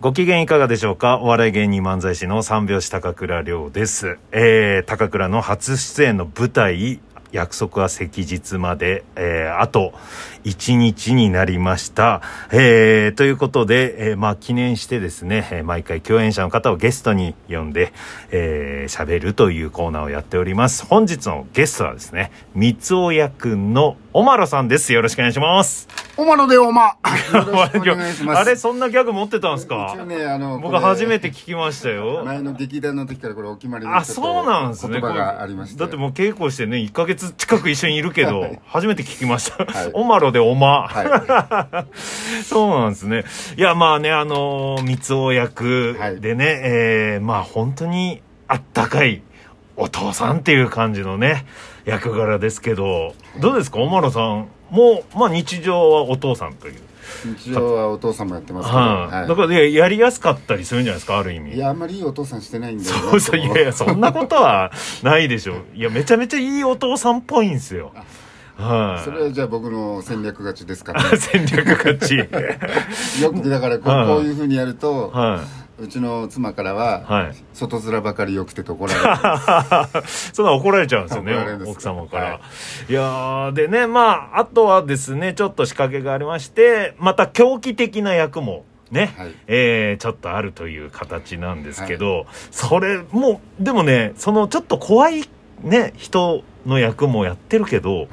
ご機嫌いかがでしょうかお笑い芸人漫才師の三拍子高倉涼です。えー、高倉の初出演の舞台、約束は赤日まで、えー、あと1日になりました。えー、ということで、えー、まあ記念してですね、えー毎回共演者の方をゲストに呼んで、えー、喋るというコーナーをやっております。本日のゲストはですね、三尾役のおまろさんです。よろしくお願いします。おまのでおま。よろしくお願いしま す。あれ、そんなギャグ持ってたんですか一応ね、あの、僕初めて。て聞きました よ。前の劇団の時からこれお決まりのあ、そうなんですね。言葉がありまして。だってう。もう稽古してね、1ヶ月近く一緒にいるけ はどい、初めて聞きましたはい。おまろでおま。 はそうなんですね。いや、まあね、あのー、三尾役でね、えー、まあ本当にあったかいお父さんっていう感じのね、役柄ですけど、どうですか、おまろさん。もう、まあ日常はお父さんという。い。日常はお父さんもやってますけど。ははいい。だからね、やりやすかったりするんじゃないですか、ある意味。いや、あんまりいいお父さんしてないんで。そうそう、いなんやかいや、そんなことはないでしょう。いや、めちゃめちゃいいお父さんっぽいんですよ。はそれはじゃあ僕の戦略勝ちですから。い。戦略勝ち。 よく、だからこはいうこういうふうにやると、はうちの妻からい。は、はい。外面ばかり良くてと怒られる。 そんな怒られちゃうんですよ怒られるね、んです奥様から。、はいやー、でね、まあ、あとはですね、ちょっと仕掛けがありまして、また狂気的な役もね、はいえーちょっとあるという形なんですけど、それ、もう、でもね、そのちょっと怖いね、人の役もやってるけど、はい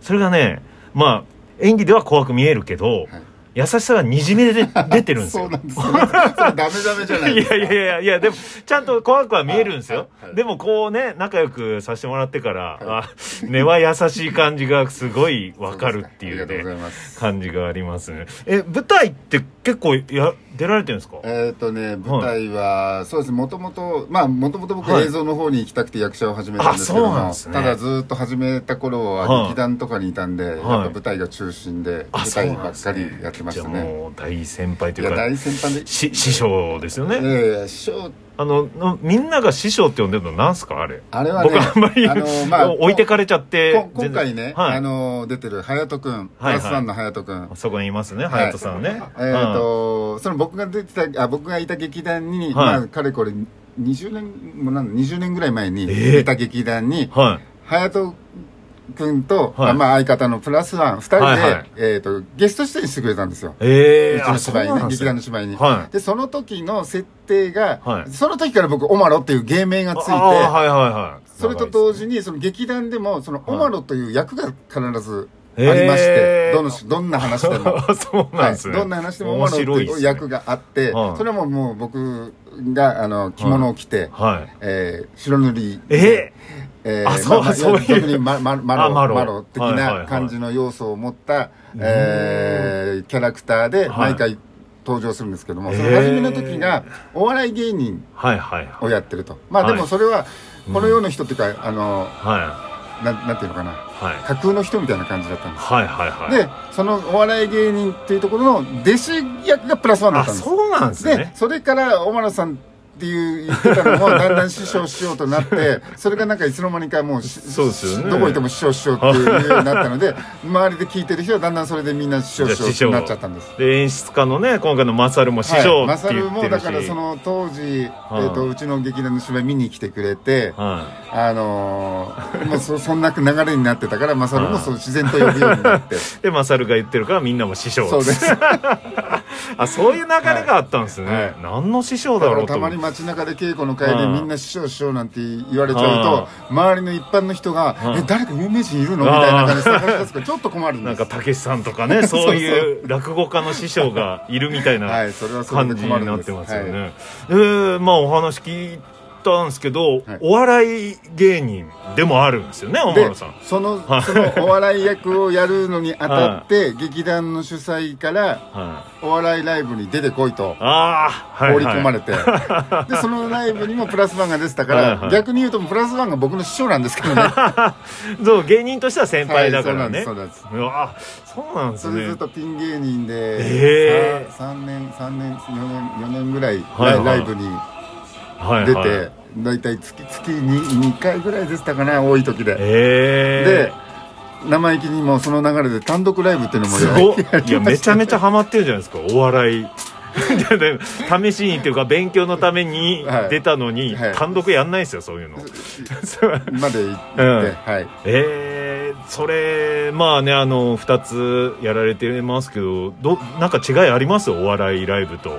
それがね、まあ、演技では怖く見えるけど、はい優しさがにじみ出て出てるんです そよう。なんですよ。それダメダメじゃないいですか。やいやいやいや、でも、ちゃんと怖くは見えるんですよはいは。いでも、こうね、仲良くさせてもらってから、はあ、根は優しい感じがすごいわかるっていそうですかありがとうござね、います。感じがありますね。え、舞台って結構や、出られてるんですかえっ、とね、舞台は、そうですね、もともと、まあ、もともと僕はい映像の方に行きたくて役者を始めたんですけどあそうなんも、ですねただずっと始めた頃はいは劇団とかにいたんで、やっぱ舞台が中心で、あ舞台ばっかりやってまじしゃあたね。もう、大先輩といいうや、か、大先輩で、し、師匠ですよえね。え師匠、あの、のみんなが師匠って呼んでるのなんすかあれ。あれはね、僕あんまり、あの、ま あ、置いてかれちゃってこ全今然回ね、はい、あの、出てる、隼人くん、プはいラスワンの隼人くん、そこにいますねはい隼人さんね、えーと、その僕が出てた、あ僕がいた劇団に、いまあ、かれこれ、20年、もうなんだ20年ぐらい前に、ええいた劇団に、うんはい隼人君と、はいあまあ、相方のプラスワン、二人で、はいはいえっ、と、ゲスト出演してくれたんですよ。ええうちー、のあそう芝居なねん、です劇ね団の芝居に。はいで、その時の設定が、はいその時から僕、オマロっていう芸名がついて、ああはいはいはいそれと同時にに、その劇団でも、そのはいオマロという役が必ずありまして、どのしどんな話でも。 そうなんですね、はい、どんな話でもオ面マロって白いでいすうね役があって、はいそれはもうもう僕があの着物を着て、はいえー白塗りええあそうそういう逆にマママあロマロマロ的はいはいはない感じの要素を持った、えーキャラクターではい毎回登場するんですけども、えーその初めの時がお笑い芸人ー、はいはいはいをやってるとまあではもいそれはこの世の人っていうか、あのはなんなんていうのかないはい架空の人みたいな感じだったんですはいはいはいでそのお笑い芸人っていうところの弟子役がプラスワンだっあたんですそうなんですでね、それから、小原さんっていう言ってたのも、だんだん師匠しようと なって、それがなんかいつの間にかもうし、そうですよねどこ行っても師匠師匠っていうようになった ので、周りで聞いてる人はだんだんそれでみんな師匠じゃあ師師匠匠になっちゃったんです。で演出家のね今回のマサルも師匠マってサ言ルってるし、もだからその当時、えー、とうちの劇団の芝居見に来てくれて、はあのーもうそそんな流れになってたからマサルもそう自然と呼ぶよう になってい、でマサルが言ってるからみんなも師匠そうです あそういう流れがあったんですね、はい何の師匠だだかろらうとた思まってに街中で稽古の会でうんみんな師匠師匠なんて言われちゃうと周りの一般の人がうん「え誰か有名人いるうの?」みんたいな感じで探し出すからちょっと困るんなんでかすたけしさんとか ねそういう落語家の師匠がいるみたいはないそれはそれ感でじ困になるんっでてすますよはいね。でまあお話聞いたんですけど、はいお笑い芸人でもあるんですよねおまでろさん。そのそのお笑い役をやるのにあたって劇団の主催からはい、お笑いライブに出てこいとああはい、放はい、り込まれてでそのライブにもプラスワンが出てたかはいはらい逆に言うとプラスワンが僕の師匠なんですけどね そう芸人としては先輩だからはね。いそうなんですそううわそうなんですそれでずねっ。とピン芸人えで、ー三3年3年4年4年ぐらいはいはいライブには出て大体月月に2回ぐらいでしたかね多い時でえで生意気にもその流れで単独ライブっていうのー、もすやごっいやめちゃめちゃハマってるじゃないですかお笑い試しにっていうか勉強のためにはい出たのに、はい単独やんないですよそういうの まで行って、うんはいえー、それまあねあの2つやられてますけどどなんか違いありますお笑いライブと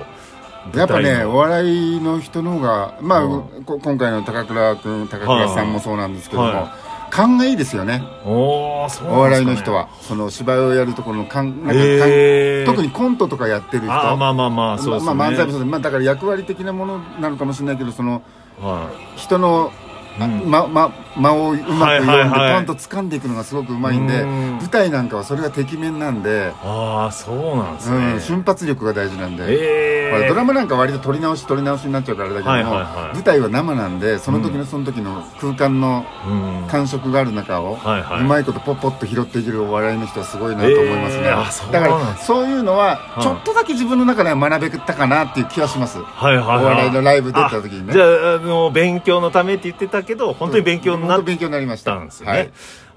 舞やっぱ台のねお笑いの人の方がまあ、うこ今回の高倉君高倉さんもそうなんですけども、は勘がいいですよねおーそうおなんですかね笑いの人はその芝居をやるところの勘なんか勘、えー特にコントとかやってる人あーまあまあまあそうですね、まあ、漫才もそうですまあ、だから役割的なものなのかもしれないけどそのはい人の、あうんまま、間をうまく読んで、はいはいはいパンと掴んでいくのがすごくうまいんでうん舞台なんかはそれがてきめんなんで、ああそうなんですうね、ん、瞬発力が大事なんで、えほらー、ドラマなんか割と撮り直し撮り直しになっちゃうからあれだけども、はいはいはい舞台は生なんでその時のその時の空間のうん感触がある中を、はいはいうまいことポッポッと拾っていけるお笑いの人はすごいなと思いますね、えーあそうだなんかだらそういうのはうんちょっとだけ自分の中では学べたかなっていう気はします、はいはいはい、お笑いのライブ出た時にあねじゃああの勉強のためって言ってたけど本当に勉強にな本っ当勉強になりまししたんですよね。はい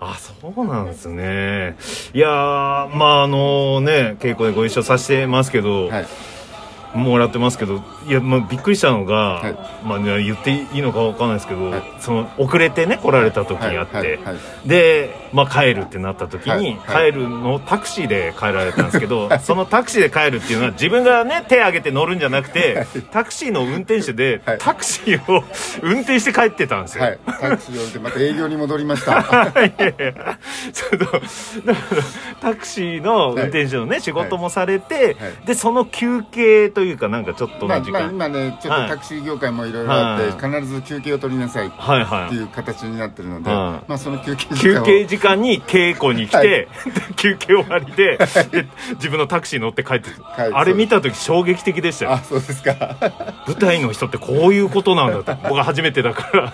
あ、そうなんですね。いやー、まああのね、稽古でご一緒させてますけど、はいもらってますけど、いや、まあびっくりしたのが、いまあね言っていいのかわかんないですけど、はいその遅れてね来られた時にあって、はいはいはいで、まあ帰るってなった時に、はいはい帰るのをタクシーで帰られたんですけど、そのタクシーで帰るっていうのは自分がね手挙げて乗るんじゃなくて、タクシーの運転手で、はいタクシーを運転して帰ってたんですよ。はい、タクシーを置いてまた営業に戻りましたはい やいやちょっとだからタクシーの運転手のね、仕事もされて、はいはいでその休憩というかなんかちょっとい、まあの時まあ、間、今ねちょっはいとタクシー業界もいろいろあって、は必ず休憩を取りなさいっはいはていう形になってるので、はいまあその休憩い時間休を憩時間に稽古に来て、で 休憩終わりでで自分のタクシー乗って帰ってくる、はいあれ見た時衝撃的でしたよあそうですか舞台の人ってこういうことなんだと 僕は初めてだから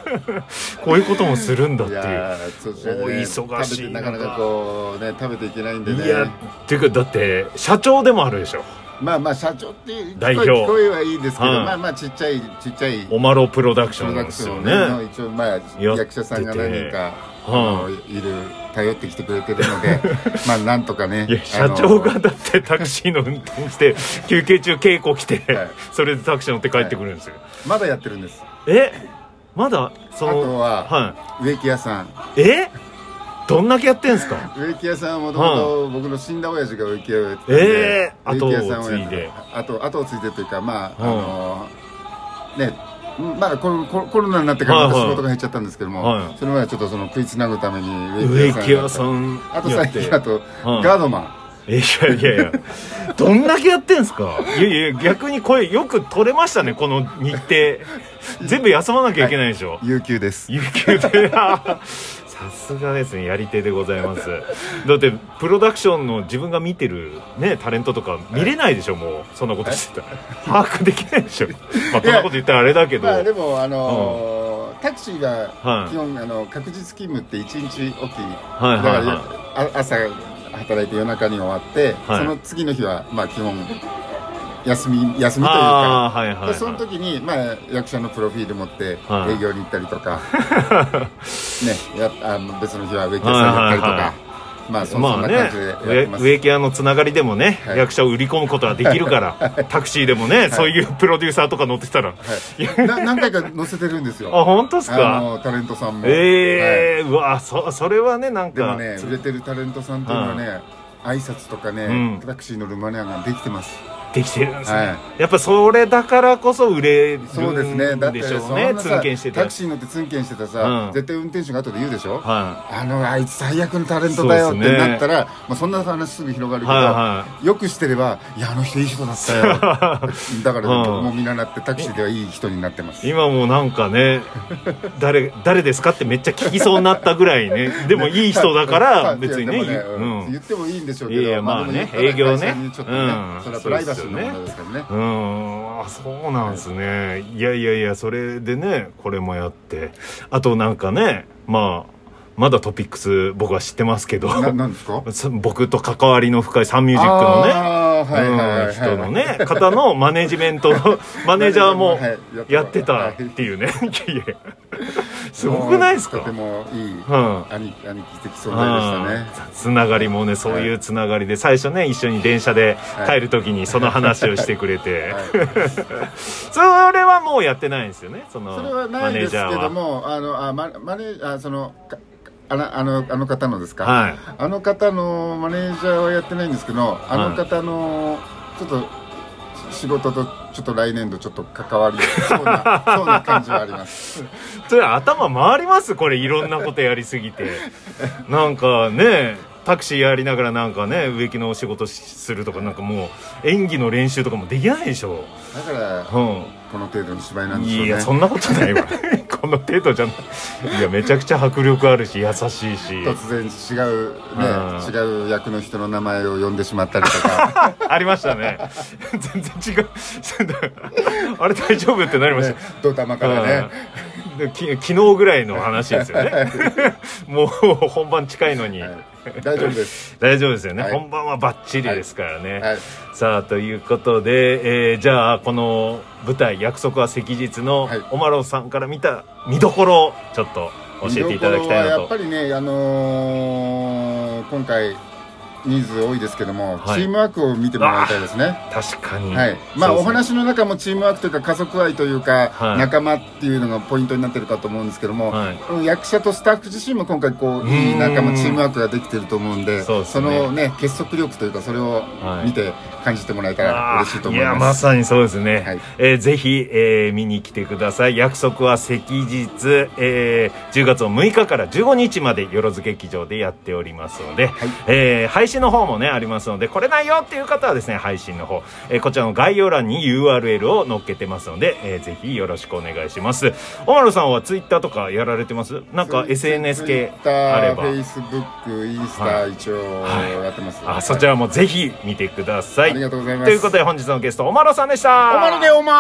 こういうこともするんだっいていう。やーそうですねお忙しい食べてなかなかこうね食べていけないんでねいやっていうかだって社長でもあるでしょまあまあ社長っていう代聞表こえ聞こえはいいですけど、はいまあまあちっちゃいちっちゃいオマロプロダクシプョロンなダんでクすシよョンね。の一応まあてて役者さんが何人かあのいる頼ってきてくれてるので まあなんとかねいやあ社の長がだってタクシーの運転して休憩中稽古来て、はいそれでタクシー乗って帰ってくるんですよ、まだやってるんですえまだそあとのはは植木屋さんいえどんだけやってんすか植木屋さんはもともと僕の死んだ親父が植木屋をやってたんえで、え植木屋さん後ををやっ継いであと後を継いでというかまあ、はあのねまだコロコロコロナになってからまたはいはい仕事が減っちゃったんですけども、はいそれまでちょっとその食いつなぐために植木屋んさんあとや最って近あとはいガードマいやいやいやどんだけやってんすかいやいや逆に声よく取れましたねこの日程全部休まなきゃいけないでしょ、ン有給です有給で さすがですねやり手でございますだってプロダクションの自分が見てるねタレントとか見れないでしょもうそんなことしてたら把握できないでしょまあこんなこと言ったらあれだけどまあはいでもあのータクシーはがい基本、あの確実勤務って1日おきだはいから、はあ朝働いて夜中に終わって、はいその次の日はまあ基本休みい休みというかああーはいはいはいでその時に、まあ、役者のプロフィール持ってはい営業に行ったりとか、 ね、やあの別の日は植木屋さんやったりとか、はいはいはまあそ,、まあそんなね感じでやって植ます、植木屋のつながりでもね、はい役者を売り込むことはできる からタクシーでもね、そういうプロデューサーとか乗ってたら、はい、な何回か載せてるんです あよ本当ですあかのタレントさんも、はいええーうわそそれはねなんでかもね売れてるタレントさんっていうのはね挨拶とかね、うんタクシー乗るマネアができてますできてるんですね、はやっぱそれだからこそ売れるんでしょそううねですねだってそんな通さ勤しててタクシー乗って通勤してたさ、うん絶対運転手が後で言うでしょ、はあのあいつ最悪のタレントだよっそうてですねなったらそ,、まあ、そんな話すぐ広がるいけど、はよくしてればいやあの人いい人だったよだか うらん僕も見習ってタクシーではいい人になってますい今もうなんかね 誰誰ですかってめっちゃ聞きそうになったぐらいねでもいい人だ かはらい別にいねやでもううん言んってもいいんでしょうけいどやいやまあねでも言ったら営業ね会社にちょっとね、うんそれはプライバシーの問題ですからねうんあそうなんですねいやいやいやそれでねこれもやってあとなんかねまあまだトピックス僕は知ってますけどななんですかそ 僕と関わりの深いサンミュージックのねあーはいはいはいうんはい人のね方のマ ネジメントのマネージャーもはいやってたはっいていうねいやいやすごくないですかとてもいいうん兄貴兄貴的存在でしたねつながりもねそういうつながりで最初ね一緒に電車で帰る時にその話をしてくれて、はいそれはもうやってないんですよねそのそれはなマいネーですジけャーどは。もあのあママネーあそのかあのあのあの方のですか、はいあの方のマネージャーはやってないんですけどあの方のちょっと仕事とちょっと来年度ちょっと関わり そうなそうな感じはありますそれ頭回りますこれいろんなことやりすぎてなんかねタクシーやりながらなんかね植木のお仕事しするとかなんかもう演技の練習とかもできないでしょ、だからうん、この程度の芝居なんでしょいうねやそんなことないわ この程度じゃないいやめちゃくちゃ迫力あるし優しいし突然違ううんね違う役の人の名前を呼んでしまったりとかありましたね全然違う あれ大丈夫ってなりました、ね ドタマからねうんでき昨日ぐらいの話ですよね もう本番近いのに、はい大丈夫 です大丈夫ですよね、はい本番はバッチリですからね、はいさあということで、えーじゃあこの舞台「約束は赤日」のはいおまろさんから見た見どころをちょっと教えていただきたいな見どころはやっぱとりね、あのー今回人数多いですけども、はいチームワークを見てもらいたいですね。確かに、はそうい、まあ、ですねお話の中もチームワークというか家族愛というか、はい仲間っていうのがポイントになってるかと思うんですけども、はいこの役者とスタッフ自身も今回こううーんいい仲間チームワークができてると思うんでそうですねの、ね、結束力というかそれをはい見て感じてもらえたら嬉しいと思いあーやま。ますさにそうですね、はいえーぜひ、えー見に来てください約束は赤日、えー10月の6日から15日までよろず劇場でやっておりますので、えー配信の方もねありますのでこれないよっていう方はですね配信の方、えーこちらの概要欄に URL を載っけてますので、えーぜひよろしくお願いしますおまるさんはツイッターとかやられてますなんか SNS 系あれば Twitter、Facebook、インスはタ一応はいやってます。あそちらもぜひ見てくださ、はいいありがとうございます。ということで本日のゲストおまろさんでしたおまるでおま